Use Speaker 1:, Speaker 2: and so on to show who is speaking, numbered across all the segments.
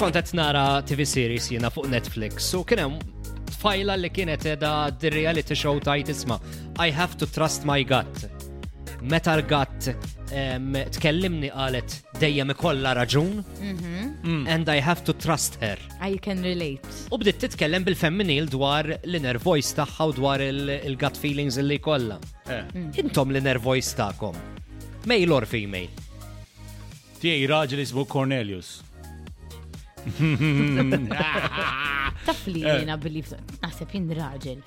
Speaker 1: kont qed nara TV series jiena fuq Netflix u kien hemm fajla li kienet edha d-reality show tajt isma I have to trust my gut. Meta l-gut em, tkellimni qalet dejjem ikollha raġun and I have to trust her.
Speaker 2: I can relate.
Speaker 1: U bdiet titkellem bil-femminil dwar l-inner voice tagħha u dwar il- il-gut feelings li kollha. Intom l-inner voice tagħkom. Male or female.
Speaker 3: Tiegħi raġel ismu Cornelius.
Speaker 2: Taf li
Speaker 1: Eh.
Speaker 2: jena believe, naħseb jien raġel.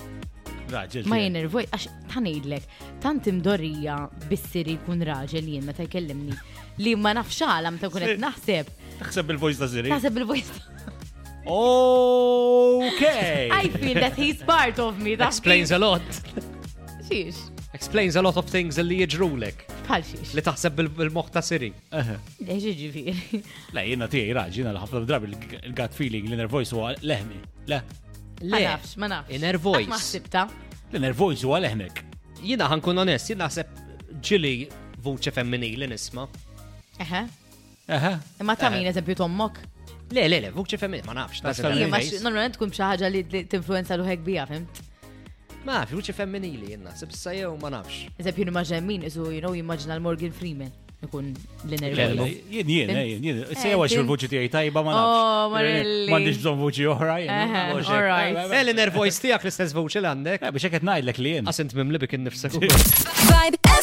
Speaker 3: Raġel.
Speaker 2: Ma
Speaker 3: tiegħi.
Speaker 2: jenervoj, għax tanejdlek, tant imdorrija bissiri kun raġel jien meta jkellimni. Li ma nafxala meta kunet naħseb.
Speaker 3: Taħseb il-voice ta' Siri.
Speaker 2: Naħseb il-voice. I
Speaker 3: Okay.
Speaker 2: feel that he's part of me. taf
Speaker 1: Explains
Speaker 2: kif?
Speaker 1: a lot.
Speaker 2: Xiex.
Speaker 1: Explains a lot of things li jiġrulek.
Speaker 2: Bħal xiex.
Speaker 1: Li taħseb bil- bil-moħħ ta' Siri.
Speaker 2: Eġi ġifiri.
Speaker 3: Le, jena tiegħi raġel, jena ħafna drabi il-gut feeling, l-inner voice huwa leħmi. Le,
Speaker 2: Ma nafx, ma nafx.
Speaker 1: Inner
Speaker 2: Għat
Speaker 1: voice.
Speaker 2: Ma ħsibta.
Speaker 3: l-inner voice huwa leħmek.
Speaker 1: Jina ħankun onest, jina naħseb ġili vuċe femminili nisma.
Speaker 2: Eħe.
Speaker 3: Aha.
Speaker 2: Ma ta' min eżempju tommok.
Speaker 1: Le, le, le, vuċe femminili, Eh. ma nafx. naħseb
Speaker 3: Nasib
Speaker 2: Ija, ma
Speaker 1: femminili.
Speaker 2: normalment tkun xi ħaġa li li tinfluenza l-ħek bija, fim?
Speaker 1: Ma nafx, vuċe femminili, jina naħseb issa jew ma nafx.
Speaker 2: Eżempju nimmaġna min, iżu, you know, jimmaġna l-Morgan Freeman. Ikun l-inner voice.
Speaker 3: Jien, jien, jien, jien. Sewa
Speaker 2: Eh,
Speaker 3: xil voċi tiegħi tajba ma nafx.
Speaker 2: Oh, ma
Speaker 3: Eh,
Speaker 2: really.
Speaker 3: M'għandix bżonn voċi oħra. jien,
Speaker 2: Eh,
Speaker 3: ma nafx.
Speaker 2: all right.
Speaker 3: Eh, eh, eh.
Speaker 1: Eh, li nervojs tijak l-istess vuċe l-għandek.
Speaker 3: Eh, Biex hekk qed ngħidlek li jien.
Speaker 1: Għasint mimlibik in-nifsek.
Speaker 4: Vibe